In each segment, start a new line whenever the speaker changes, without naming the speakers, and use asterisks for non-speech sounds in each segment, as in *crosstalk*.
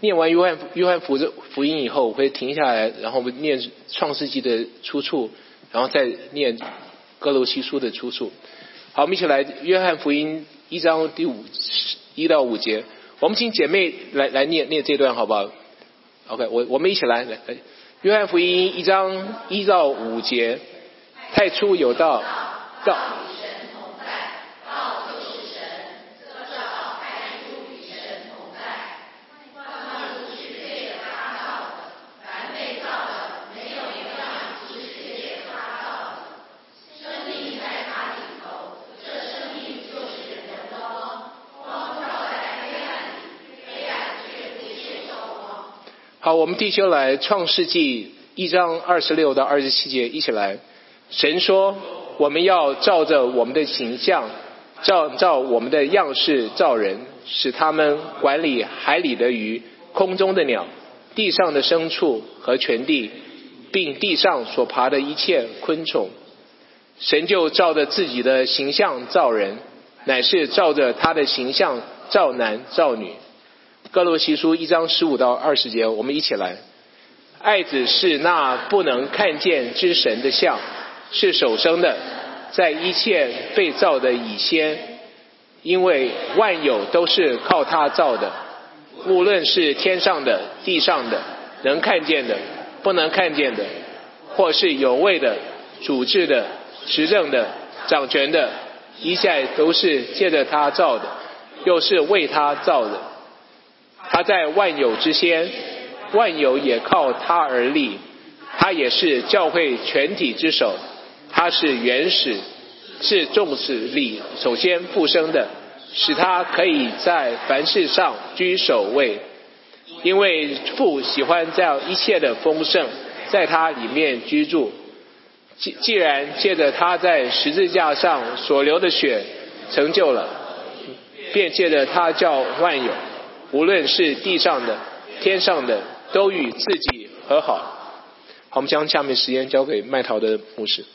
念完约翰约翰福福音以后，我会停下来，然后我们念创世纪的出处，然后再念哥罗西书的出处。好，我们一起来约翰福音一章第五一到五节。我们请姐妹来来念念这段好不好？OK，我我们一起来来来，约翰福音一章一到五节，太初有道，道好，我们弟兄来《创世纪》一章二十六到二十七节，一起来。神说：“我们要照着我们的形象，照照我们的样式造人，使他们管理海里的鱼、空中的鸟、地上的牲畜和全地，并地上所爬的一切昆虫。”神就照着自己的形象造人，乃是照着他的形象造男造女。哥罗西书一章十五到二十节，我们一起来。爱子是那不能看见之神的像，是手生的，在一切被造的以先，因为万有都是靠他造的，无论是天上的、地上的，能看见的、不能看见的，或是有位的、主治的、执政的、掌权的，一切都是借着他造的，又是为他造的。他在万有之先，万有也靠他而立。他也是教会全体之首，他是原始，是众子里首先复生的，使他可以在凡事上居首位。因为父喜欢在一切的丰盛，在他里面居住。既既然借着他在十字架上所流的血成就了，便借着他叫万有。无论是地上的、天上的，都与自己和好。好，我们将下面时间交给麦桃的牧师。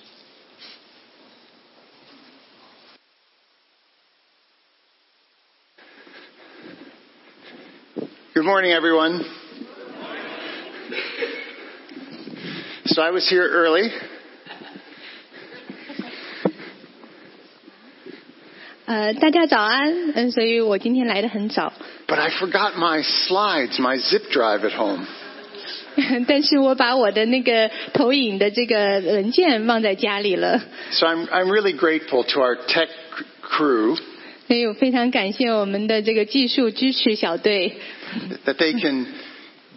Good morning, everyone. So I was here early.
呃，大家早安，嗯，所以我今天来的很早， *laughs*
But I forgot my slides, my zip drive at home.
但是我把我的那个投影的这个文件忘在家里了，
So I'm, I'm really grateful to our tech c- crew
所以我哎非常感谢我们的这个技术支持小队，
that they can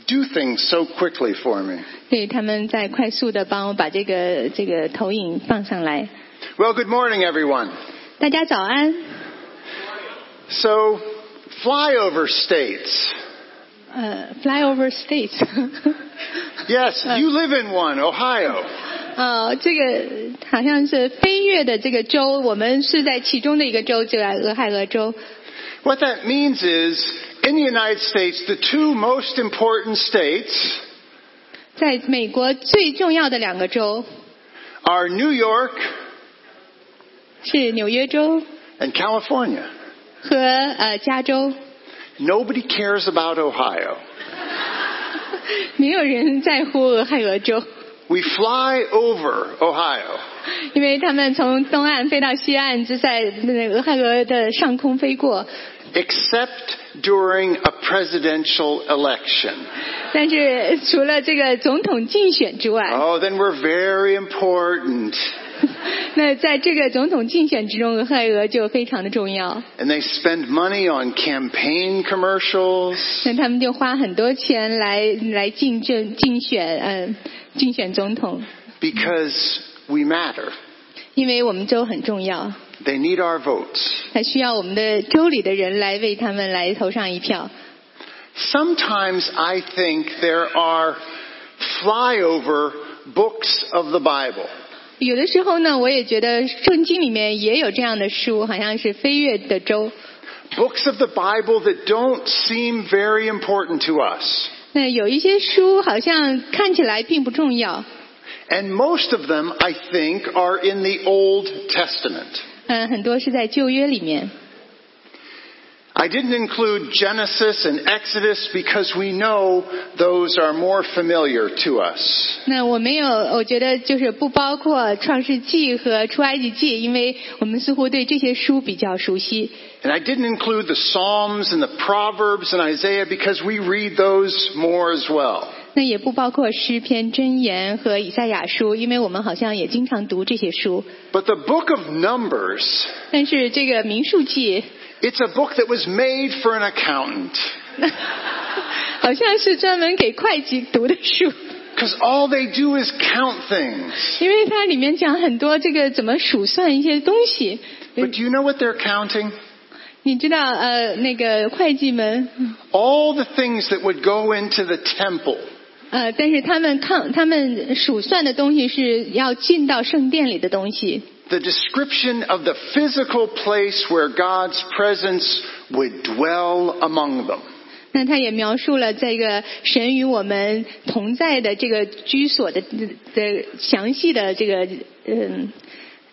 do things so quickly for me.
对他们在快速的帮我把这个这个投影放上来。
Well, good morning, everyone.
大家早安，
So, flyover states.
呃，flyover states， *laughs*
Yes, you live in one, Ohio.
呃，这个好像是飞跃的这个州，我们是在其中的一个州，就在俄亥俄州。
What that means is, in the United States, the two most important states
在美国最重要的两个州
are New York
是纽约州
and California.
和呃加州，
Nobody cares about Ohio.
没有人在乎俄亥俄州，
We fly over Ohio.
因为他们从东岸飞到西岸，就在那个俄亥俄的上空飞过。
except during a presidential election.
但是除了这个总统竞选之外，
Oh, then we're very important.
那在这个总统竞选之中，俄亥俄就非常的重要。
And they spend money on campaign commercials.
那他们就花很多钱来来竞争竞选，嗯、竞选总统，
Because we matter.
因为我们州很重要。
They need our votes.
还需要我们的州里的人来为他们来投上一票。
Sometimes I think there are flyover books of the Bible.
有的时候呢，我也觉得圣经里面也有这样的书，好像是飞跃的州。
Books of the Bible that don't seem very important to us.
那有一些书好像看起来并不重要，
And most of them, I think, are in the Old Testament.
嗯，很多是在旧约里面。
I didn't include Genesis and Exodus because we know those are more familiar to us.
那我没有，我觉得就是不包括《创世纪》和《出埃及记》，因为我们似乎对这些书比较熟悉。
And I didn't include the Psalms and the Proverbs and Isaiah because we read those more as well.
那也不包括诗篇、箴言和以赛亚书，因为我们好像也经常读这些书。
But the book of Numbers,
但是这个《民数记》 *laughs*
it's a book that was made for an accountant
好像是专门给会计读的书，
because all they do is count things.
因为它里面讲很多这个怎么数算一些东西。
But do you know what they're counting?
你知道呃，那个会计们
All the things that would go into the temple.
呃，但是他们看他们数算的东西是要进到圣殿里的东西。
the description of the physical place where God's presence would dwell among them.
那他也描述了这个神与我们同在的这个居所的的详细的这个嗯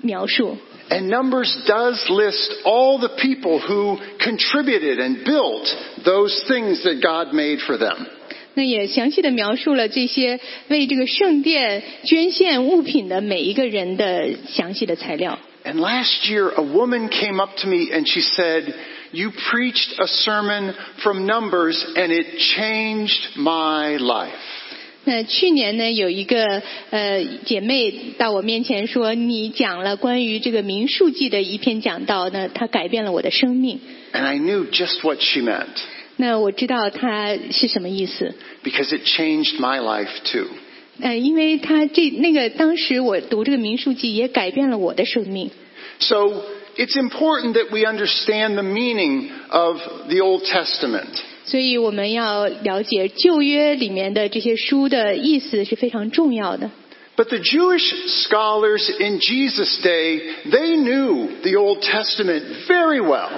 描述。
And Numbers does list all the people who contributed and built those things that God made for them.
那也详细的描述了这些为这个圣殿捐献物品的每一个人的详细的材料。
And last year, a woman came up to me and she said, You preached a sermon from Numbers and it changed my life.
那呃去年呢，有一个呃姐妹到我面前说，你讲了关于这个民数记的一篇讲道，那它改变了我的生命。
And I knew just what she meant
那我知道它是什么意思，
because it changed my life too.
呃，因为它这那个当时我读这个民数记也改变了我的生命。
So it's important that we understand the meaning of the Old Testament.
所以我们要了解旧约里面的这些书的意思是非常重要的。
But the Jewish scholars in Jesus' day, they knew the Old Testament very well.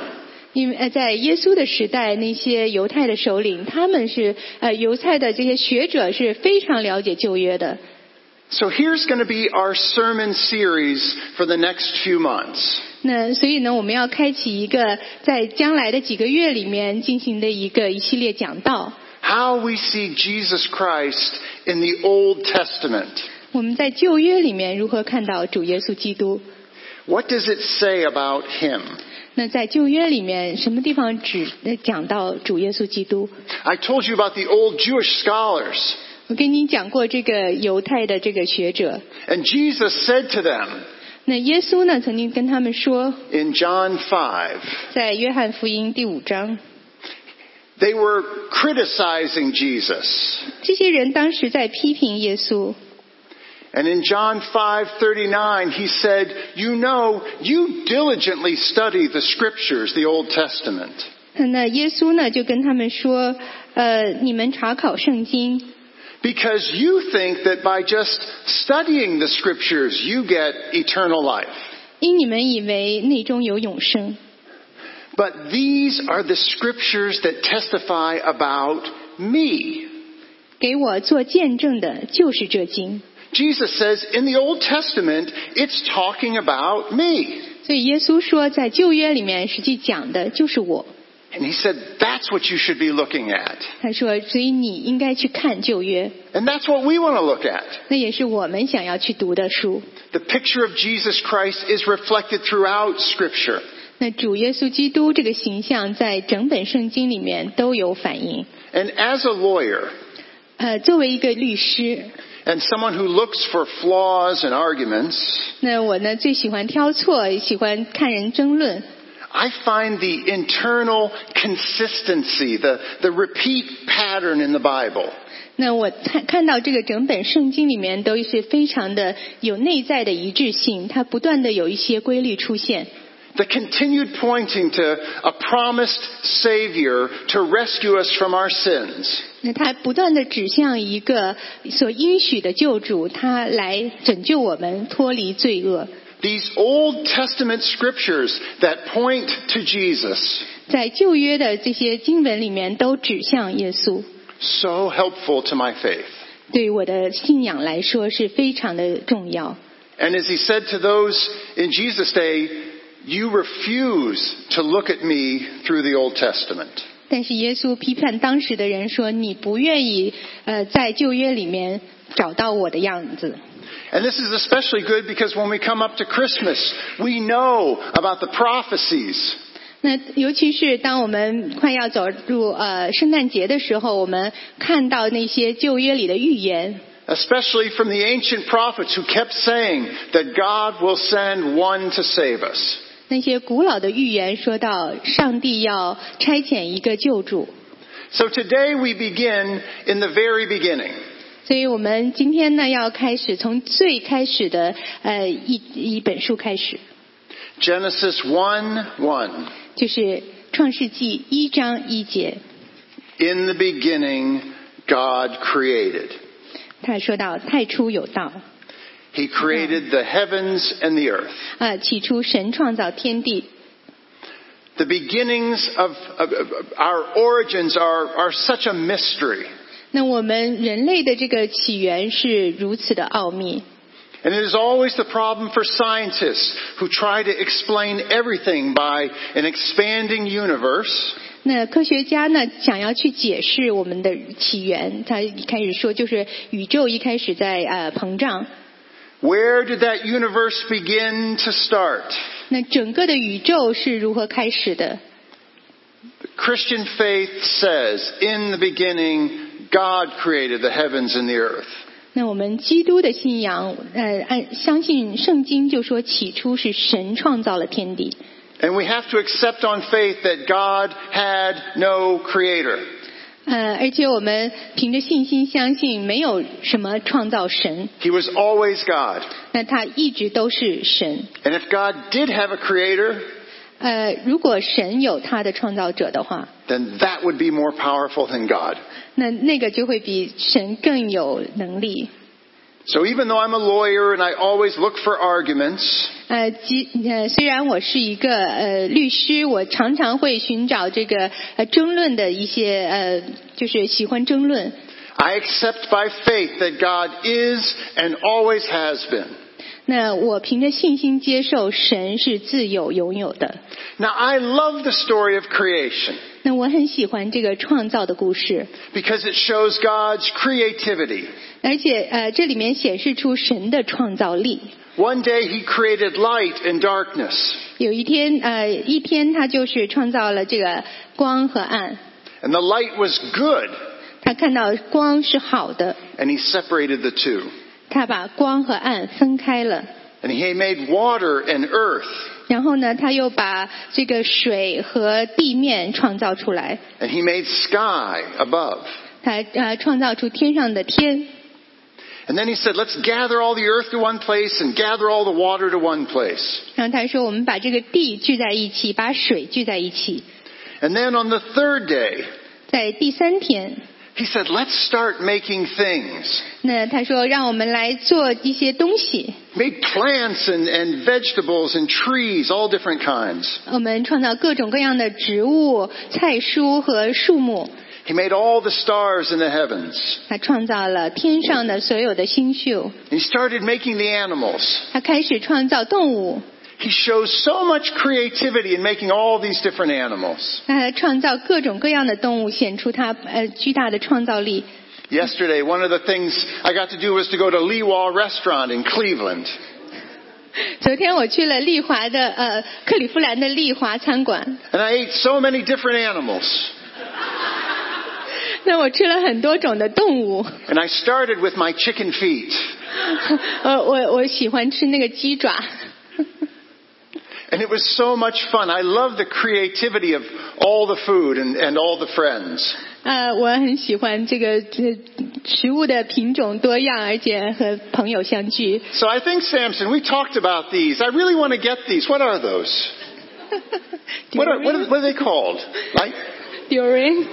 因为呃，在耶稣的时代，那些犹太的首领，他们是呃犹太的这些学者是非常了解旧约的。
So here's going to be our sermon series for the next few months.
那所以呢，我们要开启一个在将来的几个月里面进行的一个一系列讲道。
How we see Jesus Christ in the Old Testament.
我们在旧约里面如何看到主耶稣基督？
What does it say about him?
那在旧约里面，什么地方只呃讲到主耶稣基督？
I told you about the old Jewish scholars.
我跟你讲过这个犹太的这个学者，
And Jesus said to them
那耶稣呢曾经跟他们说，
in John 5,
在约翰福音第五章，
They were criticizing Jesus.
这些人当时在批评耶稣。
And in John 5:39 he said, "You know, you diligently study the scriptures, the Old Testament,
那耶稣呢就跟他们说，呃，你们查考圣经，
because you think that by just studying the scriptures you get eternal life.
因你们以为内中有永生。
But these are the scriptures that testify about me."
给我做见证的就是这经。
Jesus says in the Old Testament, it's talking about me.
所以耶稣说，在旧约里面实际讲的就是我。
And he said, that's what you should be looking at.
他说，所以你应该去看旧约，
And that's what we want to look at.
那也是我们想要去读的书。
The picture of Jesus Christ is reflected throughout Scripture.
那主耶稣基督这个形象在整本圣经里面都有反映。
And as a lawyer
呃，作为一个律师，
and someone who looks for flaws and arguments,
那我呢最喜欢挑错，喜欢看人争论。
I find the internal consistency, the, the repeat pattern in the Bible.
那我看看到这个整本圣经里面都是非常的有内在的一致性，它不断的有一些规律出现。
The continued pointing to a promised Savior to rescue us from our sins.
那它不断的指向一个所应许的救主，他来拯救我们脱离罪恶。
These Old Testament scriptures that point to Jesus,
在旧约的这些经文里面都指向耶稣，
so helpful to my faith.
对我的信仰来说是非常的重要。
And as he said to those in Jesus' day, You refuse to look at me through the Old Testament.
但是耶稣批判当时的人说：“你不愿意呃在旧约里面找到我的样子。
And this is especially good because when we come up to Christmas, we know about the prophecies. ”
那尤其是当我们快要走入呃圣诞节的时候，我们看到那些旧约里的预言，
Especially from the ancient prophets who kept saying that God will send one to save us.
那些古老的预言说到上帝要差遣一个救主，
So today we begin in the very beginning.
所以我们今天呢要开始从最开始的呃一一本书开始，
Genesis 1 1.
就是创世纪一章一节，
In the beginning, God created.
他说到太初有道，
He created the heavens and the earth.
呃，起初神创造天地，
The beginnings of, of- of- of our origins are, are such a mystery.
那我们人类的这个起源是如此的奥秘，
And it is always the problem for scientists who try to explain everything by an expanding universe.
那科学家呢，想要去解释我们的起源，他一开始说就是宇宙一开始在呃膨胀，
Where did that universe begin to start?
那整个的宇宙是如何开始的？
The Christian faith says, in the beginning, God created the heavens and the earth.
那我们基督的信仰，呃，按相信圣经就说起初是神创造了天地，
And we have to accept on faith that God had no creator.
呃，而且我们凭着信心相信没有什么创造神，
He was always God.
那他一直都是神。
And if God did have a creator,
呃，如果神有他的创造者的话，
then that would be more powerful than God.
那那个就会比神更有能力。
So even though I'm a lawyer and I always look for arguments,
呃，即呃，虽然我是一个呃律师，我常常会寻找这个呃争论的一些呃，就是喜欢争论。
I accept by faith that God is and always has been.
那我凭着信心接受神呃是自有拥有的。
Now I love the story of creation
那我很喜欢这个创造的故事，
because it shows God's creativity.
而且呃，这里面显示出神的创造力。
One day he created light and darkness.
有一天，呃，一天他就是创造了这个光和暗，
And the light was good,
他看到光是好的，
and he separated the two.
他把光和暗分开了。
And he made water and earth,
然后呢，他又把这个水和地面创造出来，
and he made sky above.
他呃创造出天上的天。
And then he said, let's gather all the earth to one place and gather all the water to one place.
然后他说，我们把这个地聚在一起，把水聚在一起。
And then on the third day,
在第三天，
he said, let's start making things.
那他说，让我们来做一些东西。
Made plants and, and vegetables and trees, all different kinds.
我们创造各种各样的植物、菜蔬和树木，
He made all the stars in the heavens.
他创造了天上的所有的星宿，
And he started making the animals.
他开始创造动物，
He shows so much creativity in making all these different animals.
他创造各种各样的动物，显出他呃巨大的创造力。
Yesterday, one of the things I got to do was to go to Leewall Restaurant in Cleveland.
*laughs* 昨天我去了丽华的呃克利夫兰的丽华餐馆，
And I ate so many different animals.
那我吃了很多种的动物， *laughs*
And I started with my chicken feet.
呃我我喜欢吃那个鸡爪，
And it was so much fun. I love the creativity of all the food and, and all the friends.
呃我很喜欢这个这食物的品种多样，而且和朋友相聚。
So I think, Samson, we talked about these. I really want to get these. What are those?
Do
What
you
are, what are, what are they called? Like
Durian,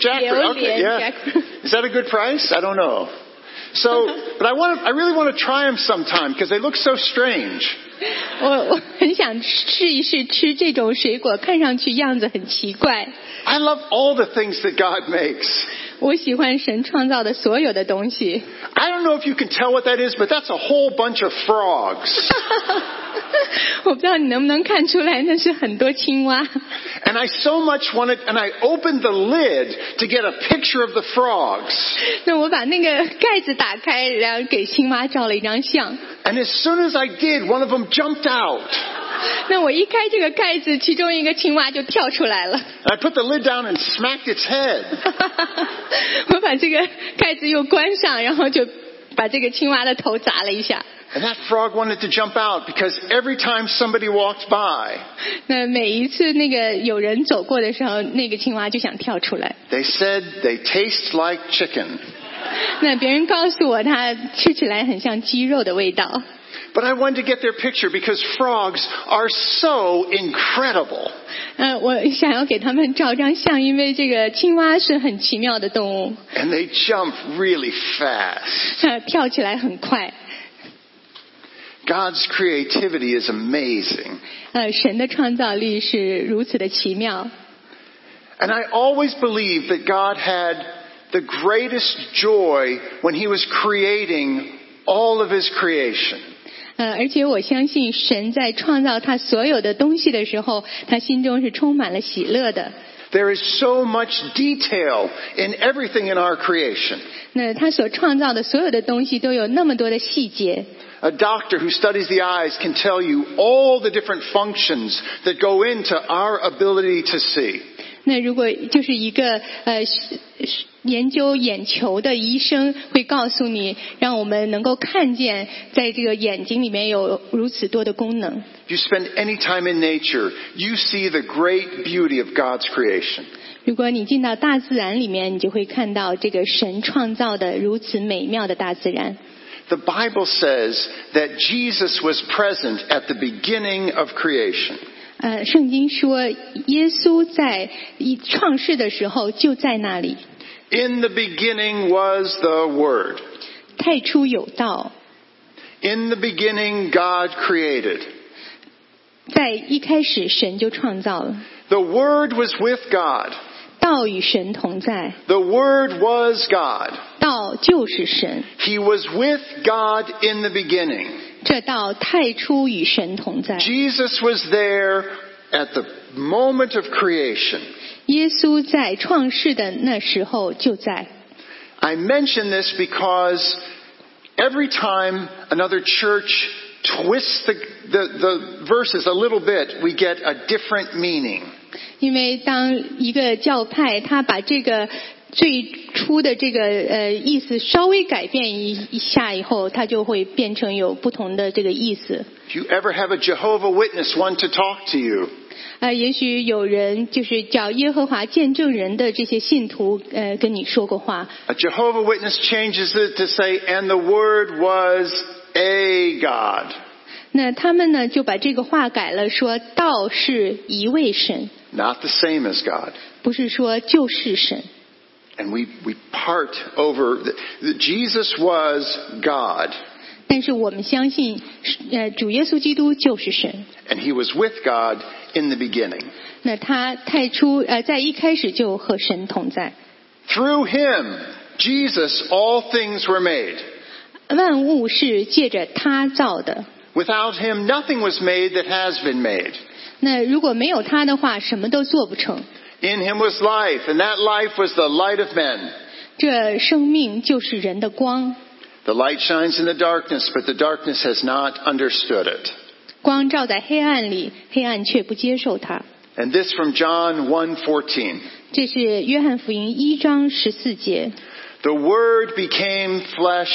jackfruit. Okay, yeah. *laughs*
jackfruit.
Is that a good price? I don't know.
*laughs*
So, but I want to, I really want to try them sometime because they look so strange.
我我很想试一试吃这种水果，看上去样子很奇怪。
I love all the things that God makes.
我喜欢神创造的所有的东西。
I don't know if you can tell what that is, but that's a whole bunch of frogs.
我不知道你能不能看出来，那是很多青蛙。 *laughs*
And I so much wanted, and I opened the lid to get a picture of the frogs.
那我把那个盖子打开，然后给青蛙照了一张相。
And as soon as I did, one of them jumped out.
那我一开这个盖子，其中一个青蛙就跳出来了。 *laughs*
And I put the lid down and smacked its head.
我把这个盖子又关上，然后就把这个青蛙的头砸了一下。
And that frog wanted to jump out because every time somebody walked by,
那每一次那个有人走过的时候，那个青蛙就想跳出来。
they said they taste like chicken.
那别人告诉我，它吃起来很像鸡肉的味道。
But I wanted to get their picture because frogs are so incredible.
嗯、我想要给他们照张相，因为这个青蛙是很奇妙的动物， *laughs*
And they jump really fast.
它跳起来很快。
God's creativity is amazing.
呃，神的创造力是如此的奇妙。
And I always believed that God had the greatest joy when He was creating all of His creation.
呃，而且我相信神在创造他所有的东西的时候，他心中是充满了喜乐的。
There is so much detail in everything in our creation.
那他所创造的所有的东西都有那么多的细节。
A doctor who studies the eyes can tell you all the different functions that go into our ability to see.
那如果就是一个呃是是研究眼球的医生会告诉你，让我们能够看见，在这个眼睛里面有如此多的功能。
If you spend any time in nature, you see the great beauty of God's creation.
如果你进到大自然里面，你就会看到这个神创造的如此美妙的大自然。
The Bible says that Jesus was present at the beginning of creation.
呃，圣经说，耶稣在一创世的时候就在那里，
In the beginning was the Word.
太初有道，
In the beginning, God created.
在一开始神就创造了，
The Word was with God.
道与神同在，
The Word was God.
道就是神，
He was with God in the beginning.
这道太初与神同在。
Jesus was there at the moment of creation.
耶稣在创世的那时候就在。
I mention this because every time another church twists the, the, the verses a little bit, we get a different meaning.
因为当一个教派他把这个最初的这个呃意思稍微改变一一下以后，它就会变成有不同的这个意思。
If you ever have a Jehovah Witness want to talk to you,
呃，也许有人就是叫耶和华见证人的这些信徒，呃，跟你说过话。
a Jehovah Witness changes it to say, and the Word was a God.
那他们呢就把这个话改了，说道是一位神，
Not the same as God.
不是说就是神。
And we, we part over that that Jesus was God,
但是我们相信，呃，主耶稣基督就是神。
and He was with God in the beginning.
那他太初呃，在一开始就和神同在，
Through Him, Jesus, all things were made.
万物是借着他造的。
Without Him, nothing was made that has been made.
那如果没有他的话，什么都做不成。
In Him was life, and that life was the light of men.
这生命就是人的光，
The light shines in the darkness, but the darkness has not understood it.
光照在黑暗里，黑暗却不接受它。
And this from John 1:14.
这是约翰福音一章十四节。
The word became flesh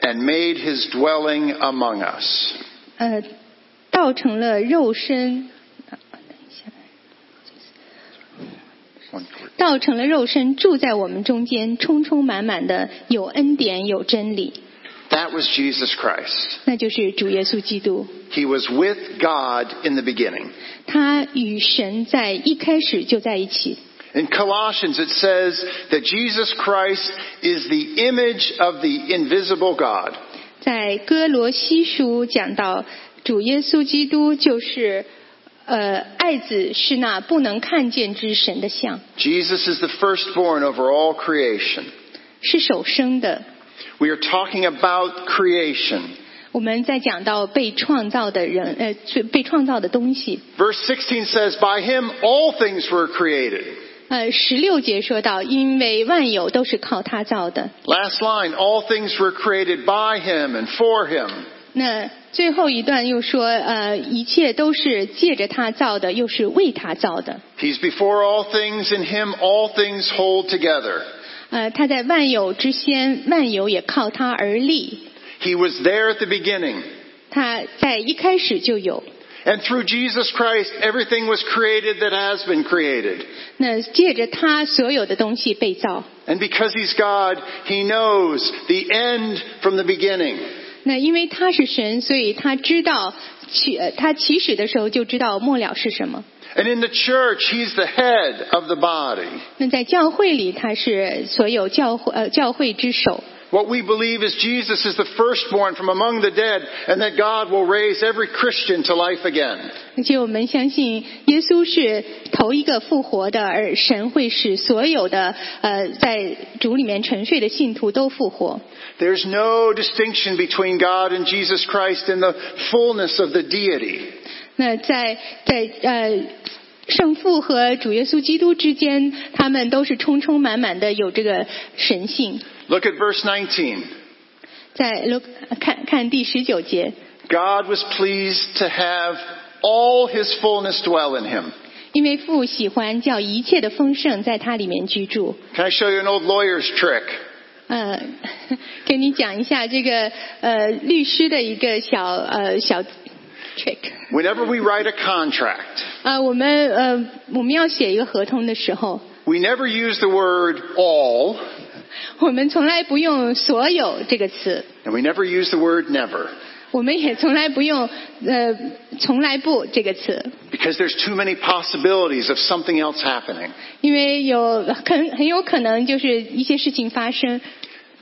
and made his dwelling among us.
呃，道成了肉身，啊
One word.
道成了肉身，住在我们中间，充充满满的有恩典，有真理，
That was Jesus Christ.
那就是主耶稣基督。
He was with God in the beginning.
他与神在一开始就在一起。
In Colossians, it says that Jesus Christ is the image of the invisible God.
在哥罗西书讲到，主耶稣基督就是，呃，爱子是那不能看见之神的像，
Jesus is the firstborn over all creation.
是手生的。
We are talking about creation.
我们在讲到被创造的人，呃，最被创造的东西。
Verse 16 says, By him all things were created.
呃，十六节说到，因为万有都是靠他造的。
Last line, all things were created by him and for him.
那最后一段又说，呃，一切都是借着他造的，又是为他造的。
He's before all things, in him all things hold together.
呃，他在万有之先，万有也靠他而立。
He was there at the beginning.
他在一开始就有。
And through Jesus Christ, everything was created that has been created.
那借着他，所有的东西被造。
And because he's God, he knows the end from the beginning.
那因为他是神，所以他知道起呃他起始的时候就知道末了是什么。
And in the church, he's the head of the body.
那在教会里，他是所有教会呃教会之首。
What we believe is Jesus is the firstborn from among the dead and that God will raise every Christian to life again.
而且我们相信耶稣是头一个复活的，而神会使所有的呃在主里面沉睡的信徒都复活。
There's no distinction between God and Jesus Christ in the fullness of the deity.
那在在呃圣父和主耶稣基督之间，他们都是充充满满的有这个神性。
Look at verse 19.
在 look 看看第十九节，
God was pleased to have all his fullness dwell in him.
因为父喜欢叫一切的丰盛在他里面居住。
Can I show you an old lawyer's trick?
呃，给你讲一下这个呃律师的一个小呃小 trick。
Whenever we write a contract,
呃，我们呃我们要写一个合同的时候，
we never use the word all,
我们从来不用“所有”这个词，
and we never use the word never,
我们也从来不用呃“从来不”这个词，
because there's too many possibilities of something else happening.
因为有很很有可能就是一些事情发生。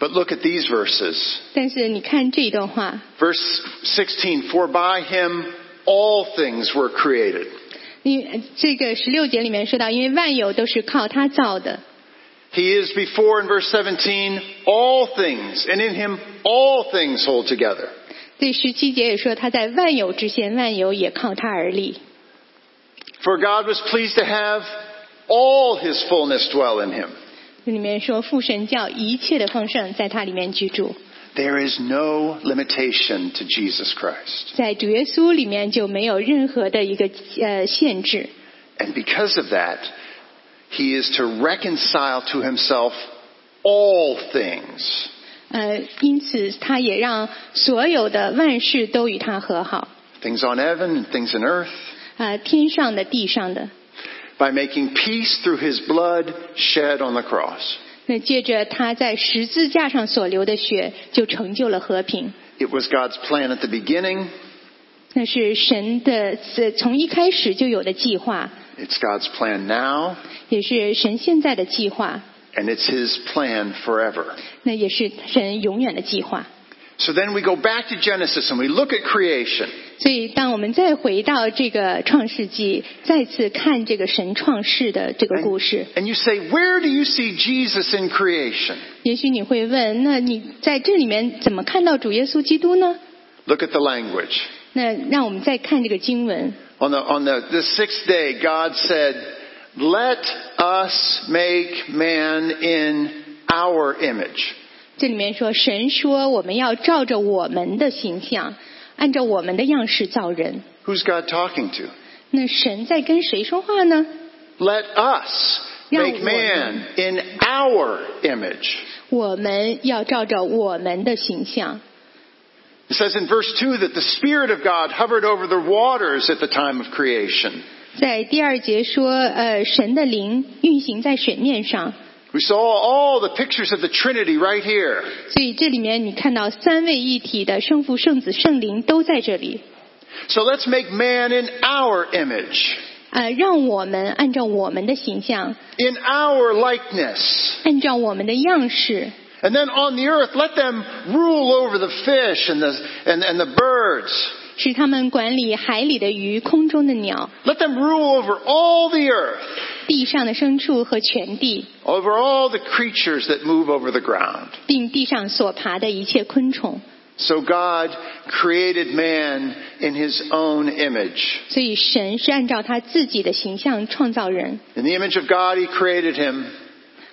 But look at these verses.
但是你看这一段话，
Verse 16, for by him all things were created.
你这个十六节里面说到，因为万有都是靠他造的。
He is before in verse 17 all things, and in him all things hold together.
第十七节也说他在万有之先，万有也靠他而立。
For God was pleased to have all his fullness dwell in him.
这里面说父神叫一切的丰盛在他里面居住，
There is no limitation to Jesus Christ.
在主耶稣里面就没有任何的一个呃限制。
And because of that, he is to reconcile to himself all things.
呃，因此他也让所有的万事都与他和好，
Things on heaven and things in earth.
呃，天上的、地上的。
By making peace through his blood shed on the cross.
那借着他在十字架上所流的血，就成就了和平。
It was God's plan at the beginning.
那是神的，自从一开始就有的计划，
It's God's plan now.
也是神现在的计划，
And it's his plan forever.
那也是神永远的计划。
So then we go back to Genesis and we look at creation.
所以，当我们再回到这个创世纪，再次看这个神创世的这个
And,
故事，
and you say, where do you see Jesus in creation?
也许你会问：那你在这里面怎么看到主耶稣基督呢？
Look at the language.
那让我们再看这个经文，
On the, on the, the sixth day, God said, let us make man in our image.
这里面说：神说我们要照着我们的形象，按照我们的样式造人。
Who's God talking to?
那神在跟谁说话呢？
Let us make man in our image.
我们要照着我们的形象。
It says in verse 2 that the Spirit of God hovered over the waters at the time of creation.
在第二节说，呃，神的灵运行在水面上，
We saw all the pictures of the Trinity right here.
所以这里面你看到三位一体的圣父、圣子、圣灵都在这里。
So let's make man in our image,
呃，让我们按照我们的形象，
in our likeness.
按照我们的样式，
And then on the earth, let them rule over the fish and the, and, and the birds.
使他们管理海里的鱼、空中的鸟、
Let them rule over all the earth,
地上的牲畜和全地，
over all the creatures that move over the ground.
并地上所爬的一切昆虫。
So God created man in his own image.
所以神是按照他自己的形象创造人，
In the image of God, he created him.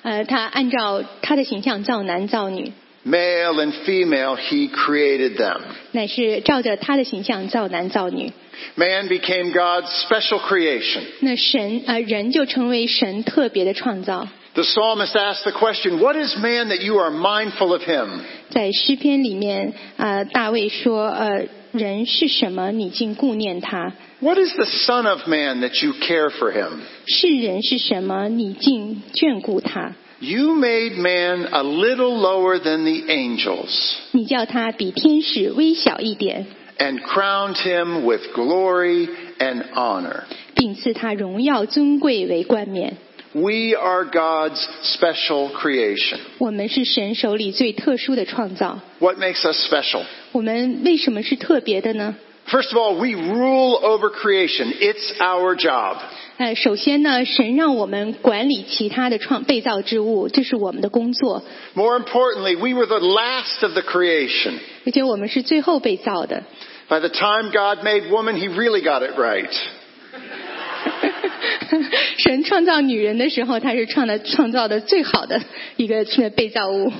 呃，他按照他的形象造男造女，
Male and female, he created them.
乃是照着他的形象造男造女。
Man became God's special creation.
那神啊、呃人就成为神特别的创造。
The psalmist asked the question, What is man that you are mindful of him?
在诗篇里面，呃，大卫说，呃，人是什么，你竟顾念他；
What is the Son of Man that you care for him?
世人是什么，你竟眷顾他。
You made man a little lower than the angels,
你叫他比天使微小一点，
and crowned him with glory and honor.
并赐他荣耀尊贵为冠冕。
We are God's special creation.
我们是神手里最特殊的创造。
What makes us special?
我们为什么是特别的呢？
First of all, we rule over creation. It's our job.
呃，首先呢，神让我们管理其他的创被造之物，这是我们的工作，
More importantly, we were the last of the creation.
而且我们是最后被造的。 *laughs*
By the time God made woman, he really got it right.
神创造女人的时候，她是创的创造的最好的一个被造物。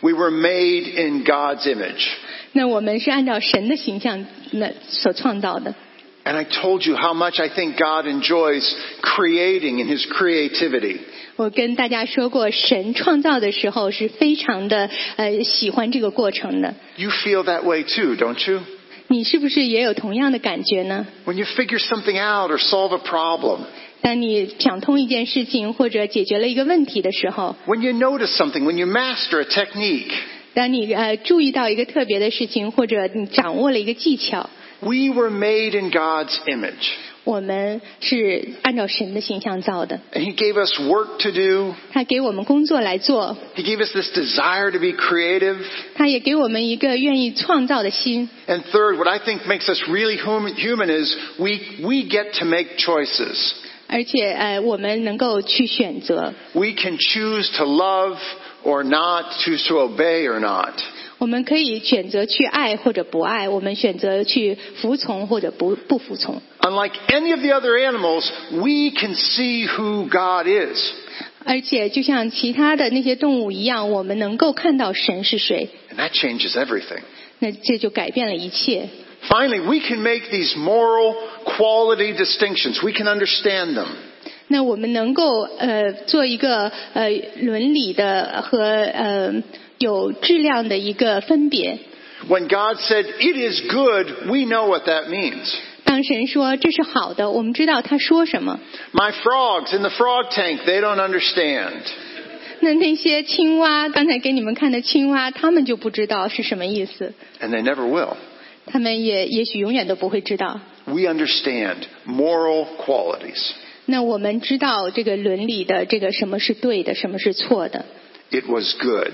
We were made in God's image.
那我们是按照神的形象那所创造的。
And I told you how much I think God enjoys creating in his creativity.
我跟大家说过，神创造的时候是非常的呃喜欢这个过程的。
You feel that way too, don't you?
你是不是也有同样的感觉呢？
When you figure something out or solve a problem,
当你想通一件事情或者解决了一个问题的时候，
when you notice something, when you master a technique,
当你呃注意到一个特别的事情，或者你掌握了一个技巧，
we were made in God's image.
我们是按照神的形象造的，
And he gave us work to do.
他给我们工作来做，
He gave us this desire to be creative.
他也给我们一个愿意创造的心。
And third, what I think makes us really hum- human is we, we get to make choices.
而且呃，我们能够去选择，
We can choose to love or not, choose to obey or not.
我们可以选择去爱或者不爱，我们选择去服从或者不不服从。
Unlike any of the other animals, we can see who God is.
而且就像其他的那些动物一样，我们能够看到神是谁，
And that changes everything.
那这就改变了一切。
Finally, we can make these moral quality distinctions. We can understand them.
那我们能够呃做一个呃伦理的和呃有质量的一个分别。
When God said, it is good, we know what that means.
当神说这是好的，我们知道他说什么。
My frogs in the frog tank, they don't understand.
那那些青蛙，刚才给你们看的青蛙，他们就不知道是什么意思，
And they never will.
他们也也许永远都不会知道。
We understand moral qualities.
那我们知道这个伦理的这个什么是对的，什么是错的，
It was good.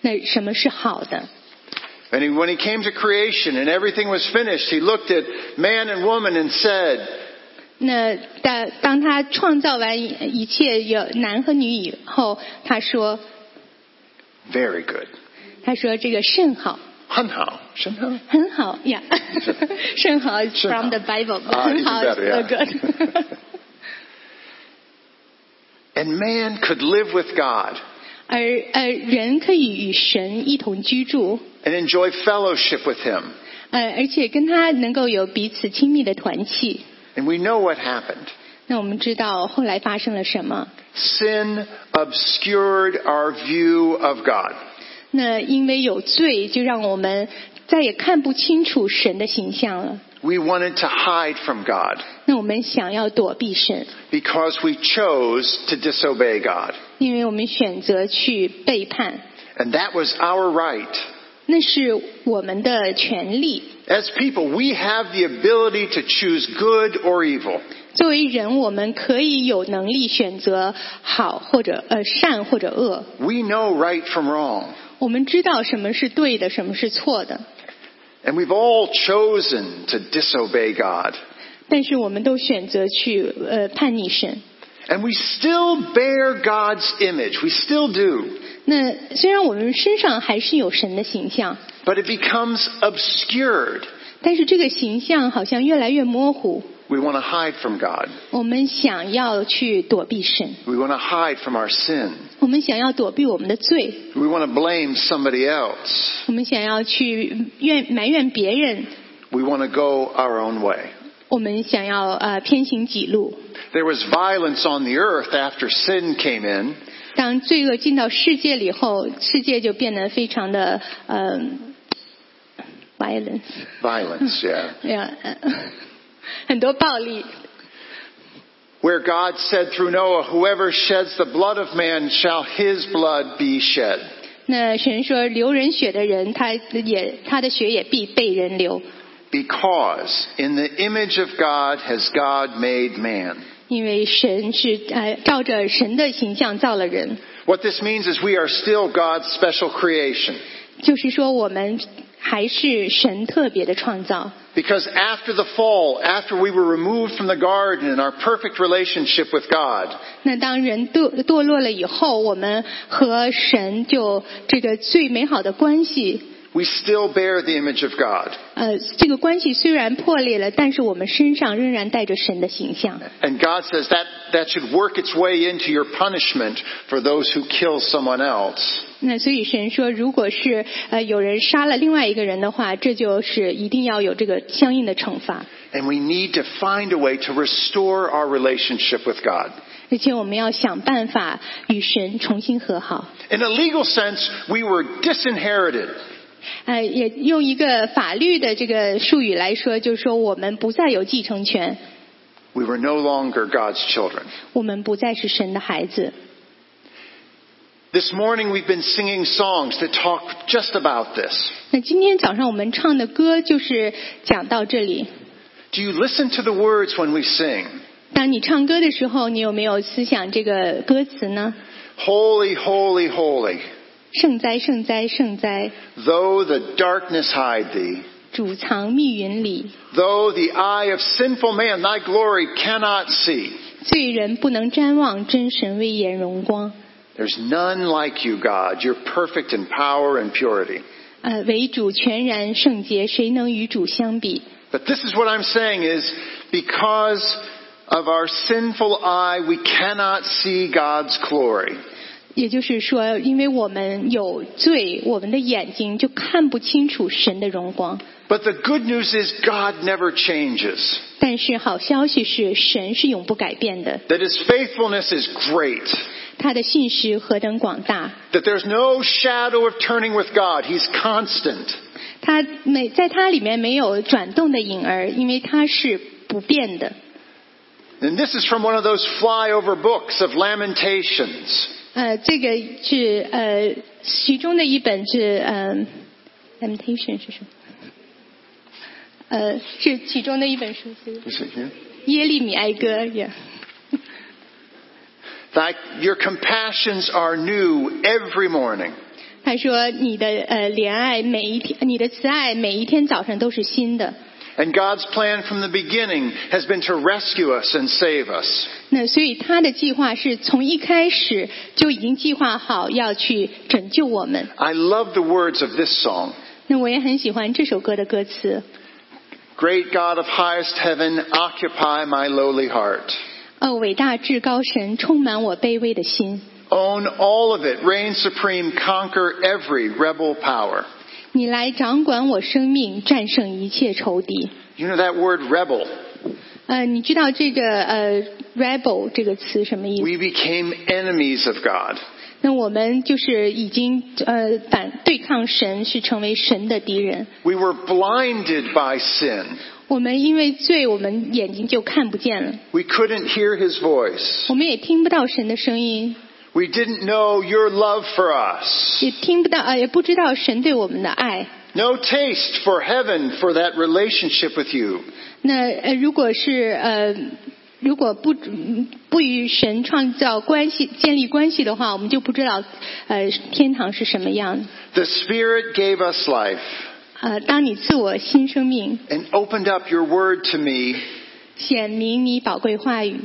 那什么是好的。
And he, when he came to creation and everything was finished, he looked at man and woman and said,
那当当他创造完一一切有男和女以后，他说
Very good.
他说这个甚好，
Hunhao. Shenhao.
很好呀，甚好 is
甚好
from the Bible，
Ah,
很好
even better,
is so
yeah.
good。
And man could live with God
而呃，人可以与神一同居住，
and enjoy fellowship with him.
呃，而且跟他能够有彼此亲密的团契。
And we know what happened.
那我们知道后来发生了什么？
Sin obscured our view of God.
那因为有罪，就让我们再也看不清楚神的形象了。
We wanted to hide from God
那我们想要躲避神，
because we chose to disobey God.
因为我们选择去背叛，
And that was our right.
那是我们的权利。
As people, we have the ability to choose good or evil.
作为人，我们可以有能力选择好或者呃善或者恶。
We know right from wrong.
我们知道什么是对的，什么是错的，
And we've all chosen to disobey God.
但是我们都选择去呃叛逆神。
And we still bear God's image. We still do.
那虽然我们身上还是有神的形象，
but it becomes obscured.
但是这个形象好像越来越模糊。
We want to hide from God.
我们想要去躲避神，
We want to hide from our sin.
我们想要躲避我们的罪，
We want to blame somebody else.
我们想要去怨埋怨别人，
We want to go our own way.
我们想要呃偏行己路。
There was violence on the earth after sin came in,
当罪恶进到世界里后，世界就变得非常的嗯、呃、violence，
violence, yeah,
对呀、呃很多暴力。
where God said through Noah, whoever sheds the blood of man shall his blood be shed.
那神说，流人血的人，他也他的血也必被人流，
Because in the image of God has God made man.
因为神是呃照着神的形象造了人，
What this means is we are still God's special creation.
就是说我们还是神特别的创造。
Because after the fall, after we were removed from the garden and our perfect relationship with God,
那当人堕堕落了以后，我们和神就这个最美好的关系，
we still bear the image of God.
呃，这个关系虽然破裂了，但是我们身上仍然带着神的形象。
And God says that that should work its way into your punishment for those who kill someone else.
那所以神说，如果是呃有人杀了另外一个人的话，这就是一定要有这个相应的惩罚，
And we need to find a way to restore our relationship with God.
而且我们要想办法与神重新和好。
In a legal sense, we were disinherited.
呃，也用一个法律的这个术语来说，就是说我们不再有继承权，
We were no longer God's children.
我们不再是神的孩子。
This morning we've been singing songs that talk just about this.
那今天早上我们唱的歌就是讲到这里。
Do you listen to the words when we sing?
当你唱歌的时候，你有没有思想这个歌词呢？
Holy, holy, holy,
圣哉，圣哉，圣哉！
though the darkness hide thee,
主藏密云里，
though the eye of sinful man thy glory cannot see.
罪人不能瞻望真神威严荣光。
There's none like you, God. You're perfect in power and purity.
呃，为主全然圣洁，谁能与主相比？
But this is what I'm saying is because of our sinful eye, we cannot see God's glory.
也就是说，因为我们有罪，我们的眼睛就看不清楚神的荣光。
But the good news is God never changes.
但是好消息是，神是永不改变的，
That his faithfulness is great.
他的信实何等广大！
That there's no shadow of turning with God. He's constant.
他每在他里面没有转动的影儿，因为他是不变的。
And this is from one of those flyover books of Lamentations.
呃，这个是呃其中的一本是嗯、呃、，Lamentation 是什么？呃，是其中的一本书是
Is it here?
耶利米哀歌，yeah.
Thy, your compassions are new every morning.
他说：“你的呃怜爱每一天，你的慈爱每一天早上都是新的。
And God's plan from the beginning has been to rescue us and save us.
那所以他的计划是从一开始就已经计划好要去拯救我们。
I love the words of this song.
那我也很喜欢这首歌的歌词。
Great God of highest heaven, occupy my lowly heart.
哦，伟大至高神，充满我卑微的心。
Own all of it, reign supreme, conquer every rebel power.
你来掌管我生命，战胜一切仇敌。
You know that word rebel?
呃，你知道这个呃 “rebel” 这个词什么意思？
We became enemies of God.
那我们就是已经呃反对抗神，是成为神的敌人。
We were blinded by sin.
我们因为罪，我们眼睛就看不见了，
We couldn't hear his voice.
我们也听不到神的声音，
We didn't know your love for us.
也听不到呃，也不知道神对我们的爱。
No taste for heaven for that relationship with you.
那呃，如果是呃，如果不嗯不与神创造关系、建立关系的话，我们就不知道呃天堂是什么样的。
The Spirit gave us life
呃，当你自我新生命
and opened up your word to me
显明你宝贵话语，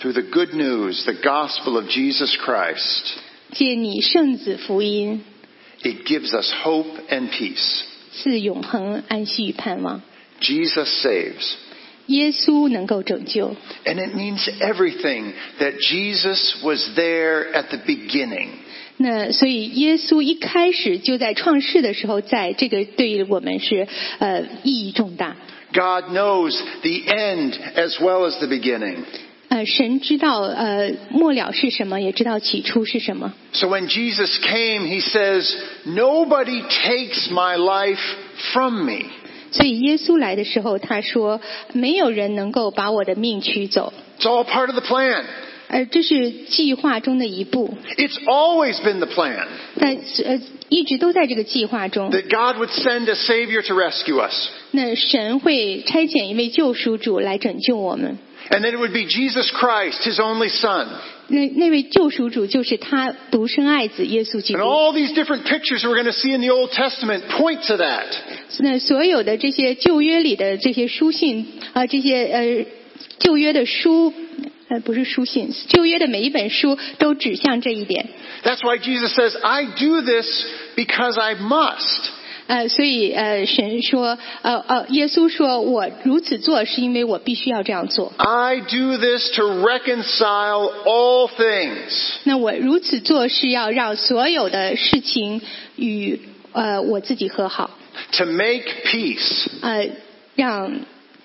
through the good news, the gospel of Jesus Christ.
借你圣子福音
It gives us hope and peace.
是永恒安息与盼望。
Jesus saves.
耶稣能够拯救，
And it means everything that Jesus was there at the beginning.
那所以耶稣一开始就在创世的时候在，这个对于我们是呃意义重大。
God knows the end as well as the beginning.
呃，神知道呃末了是什么，也知道起初是什么。
So when Jesus came, he says, Nobody takes my life from me.
所以耶稣来的时候，他说：“没有人能够把我的命取走。
It's all part of the plan. ”
呃，这是计划中的一步，
It's always been the plan
但呃一直都在这个计划中。
that God would send a Savior to rescue us.
那神会差遣一位救赎主来拯救我们。
And that it would be Jesus Christ, His only Son.
那那位救赎主就是他独生爱子耶稣基督
And。all these different pictures that we're going to see in the Old Testament point to that.
那所有的这些旧约里的这些书信啊、这些呃旧约的书呃不是书信，旧约的每一本书都指向这一点。
That's why Jesus says, I do this because I must.
呃，所以呃，神说，呃呃，耶稣说，我如此做是因为我必须要这样做。
I do this to reconcile all things.
那我如此做是要让所有的事情与呃我自己和好，
to make peace
呃，让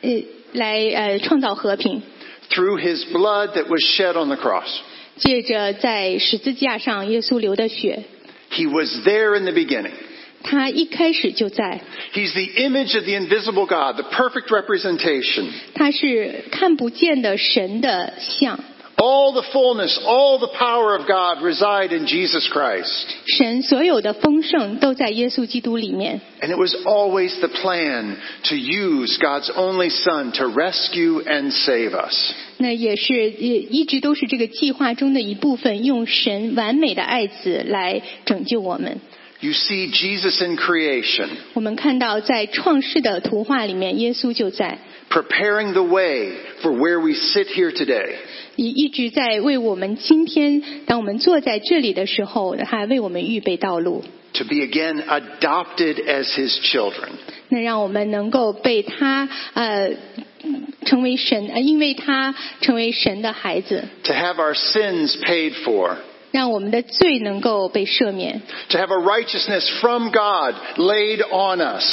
呃来呃创造和平，
through his blood that was shed on the cross.
借着在十字架上耶稣流的血，
He was there in the beginning.
他一开始就在，
He's the image of the invisible God, the perfect representation.
他是看不见的神的像，
All the fullness, all the power of God reside in Jesus Christ.
神所有的丰盛都在耶稣基督里面。
And it was always the plan to use God's only Son to rescue and save us.
那也是也一直都是这个计划中的一部分，用神完美的爱子来拯救我们。
You see Jesus in creation,
我们看到在创世的图画里面，耶稣就在
preparing the way for where we sit here today.
一一直在为我们今天，当我们坐在这里的时候，他为我们预备道路。
to be again adopted as his children.
那让我们能够被他呃成为神，呃，因为他成为神的孩子，
To have our sins paid for.
让我们的罪能够被赦免，
To have a righteousness from God laid on us.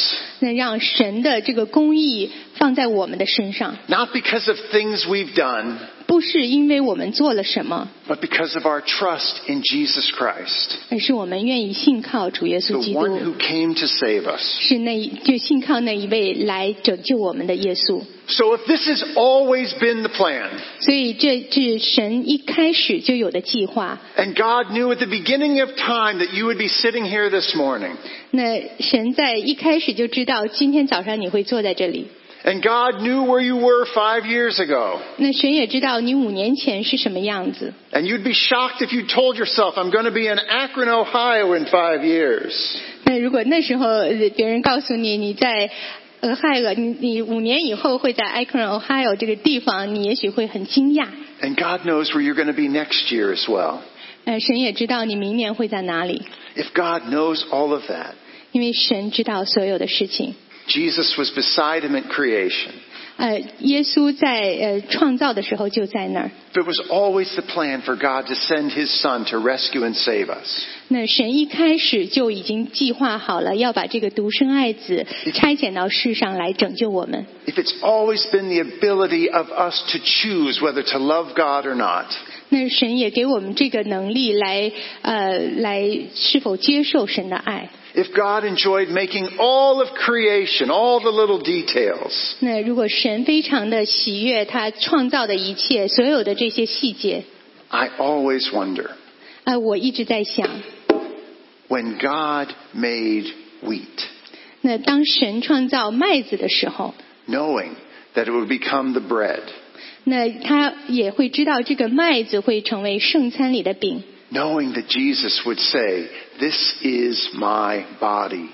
那让神的这个公义放在我们的身上，
Not because of things we've done,
不是因为我们做了什么，
but because of our trust in Jesus Christ.
而是我们愿意信靠主耶稣
The
基
one
督，
who came to save us.
是那一就信靠那一位来拯救我们的耶稣。
So if this has always been the plan,
所以这这是神一开始就有的计划。
and God knew at the beginning of time that you would be sitting here this morning,
那神在一开始就知道今天早上你会坐在这里。
and God knew where you were five years ago,
那神也知道你五年前是什么样子，
And you'd be shocked if you told yourself, I'm going to be in Akron, Ohio in five years.
那如果那时候呃别人告诉你你在俄亥俄，你你五年以后会在 Akron Ohio 这个地方，你也许会很惊讶。
And God knows where you're going to be next year as well.
呃，神也知道你明年会在哪里，
If God knows all of that,
因为神知道所有的事情。
Jesus was beside him at creation.
呃，耶稣在呃创造的时候就在那儿。
If it was always the plan for God to send his son to rescue and save us,
那神一开始就已经计划好了，要把这个独生爱子差遣到世上来拯救我们。
if it's always been the ability of us to choose whether to love God or not,
那神也给我们这个能力来，呃，来是否接受神的爱。
if God enjoyed making all of creation, all the little details,
那如果神非常的喜悦他创造的一切，所有的这些细节，
I always wonder.
呃，我一直在想，
when God made wheat,
那当神创造麦子的时候，
knowing that it would become the bread,
那他也会知道这个麦子会成为圣餐里的饼。
knowing that Jesus would say, This is my body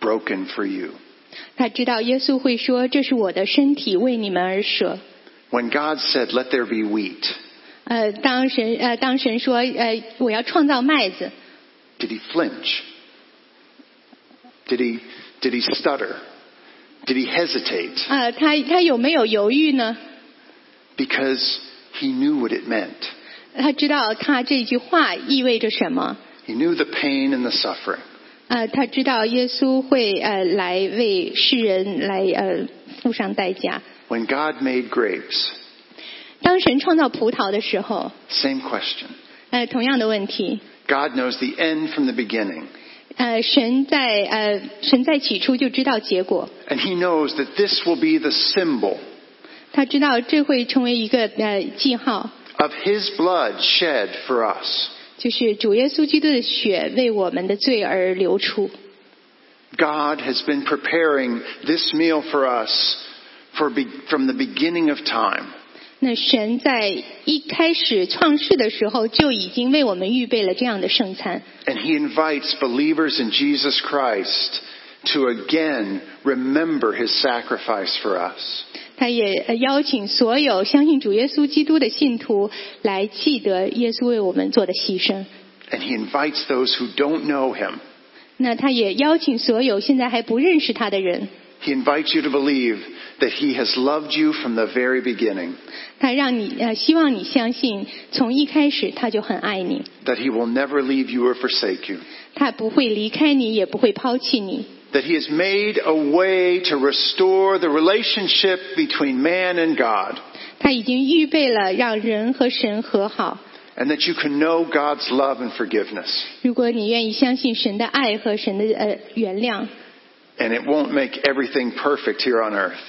broken for you.
他知道耶稣会说：“这是我的身体，为你们而舍。
When God said, Let there be wheat, ”
呃，当神呃当神说呃我要创造麦子，
Did he flinch? Did he, did he stutter? Did he hesitate?
呃，他他有没有犹豫呢？
Because he knew what it meant.
他知道他这句话意味着什么，
He knew the pain and the suffering.
呃，他知道耶稣会呃来为世人来呃付上代价。
When God made grapes,
当神创造葡萄的时候，
same question.
呃，同样的问题，
God knows the end from the beginning.
呃，神在呃神在起初就知道结果，
And he knows that this will be the symbol
他知道这会成为一个呃记号，
of his blood shed for us.
就是主耶稣基督的血为我们的罪而流出。
God has been preparing this meal for us for be, from the beginning of time.
那神在一开始创世的时候就已经为我们预备了这样的圣餐，
And he invites believers in Jesus Christ to again remember his sacrifice for us.
他也呃邀请所有相信主耶稣基督的信徒来记得耶稣为我们做的牺牲。
And he invites those who don't know him.
那他也邀请所有现在还不认识他的人，
He invites you to believe that he has loved you from the very beginning,
他让你呃希望你相信，从一开始他就很爱你，
that he will never leave you or forsake you,
他不会离开你，也不会抛弃你。
that he has made a way to restore the relationship between man and God,
他已经预备了让人和神和好。
and that you can know God's love and forgiveness.
如果你愿意相信神的爱和神的呃原谅，
And it won't make everything perfect here on earth,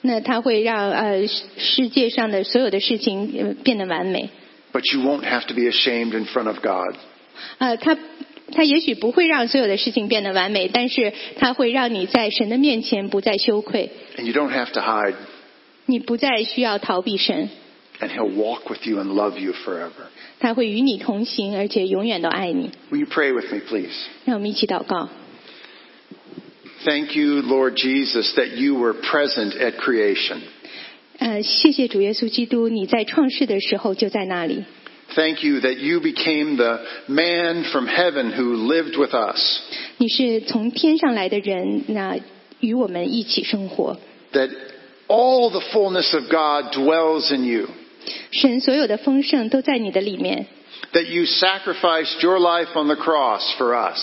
那他会让呃世世界上的所有的事情呃变得完美。
but you won't have to be ashamed in front of God.
呃，他他也许不会让所有的事情变得完美，但是他会让你在神的面前不再羞愧，
And you don't have to hide,
你不再需要逃避神，
and he'll walk with you and love you forever.
他会与你同行，而且永远都爱你。
Will you pray with me, please?
让我们一起祷告，
Thank you, Lord Jesus, that you were present at creation.
呃，谢谢主耶稣基督，你在创世的时候就在那里。
Thank you that you became the man from heaven who lived with us.
你是从天上来的人，那与我们一起生活。
That all the fullness of God dwells in you.
神所有的丰盛都在你的里面。
That you sacrificed your life on the cross for us.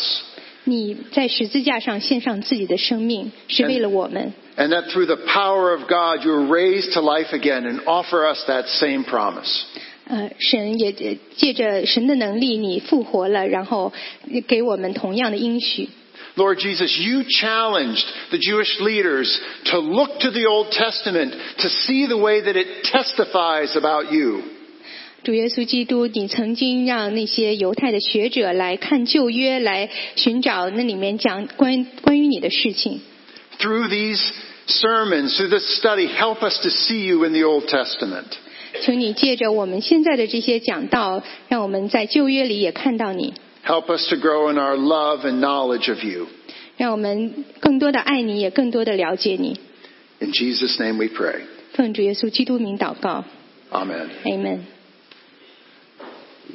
你在十字架上献上自己的生命，是为了我们。
And that through the power of God you were raised to life again and offer us that same promise.
呃，神也借借着神的能力，你复活了，然后给我们同样的应许。
Lord Jesus, you challenged the Jewish leaders to look to the Old Testament to see the way that it testifies about you.
主耶稣基督，你曾经让那些犹太的学者来看旧约，来寻找那里面讲关关于你的事情。
Through these sermons, through this study, help us to see you in the Old Testament.
求你借着我们现在的这些讲道，让我们在旧约里也看到你，
Help us to grow in our love and knowledge of you.
让我们更多的爱你，也更多的了解你。
In Jesus' name we pray.
奉主耶稣基督名祷告
Amen.
，Amen。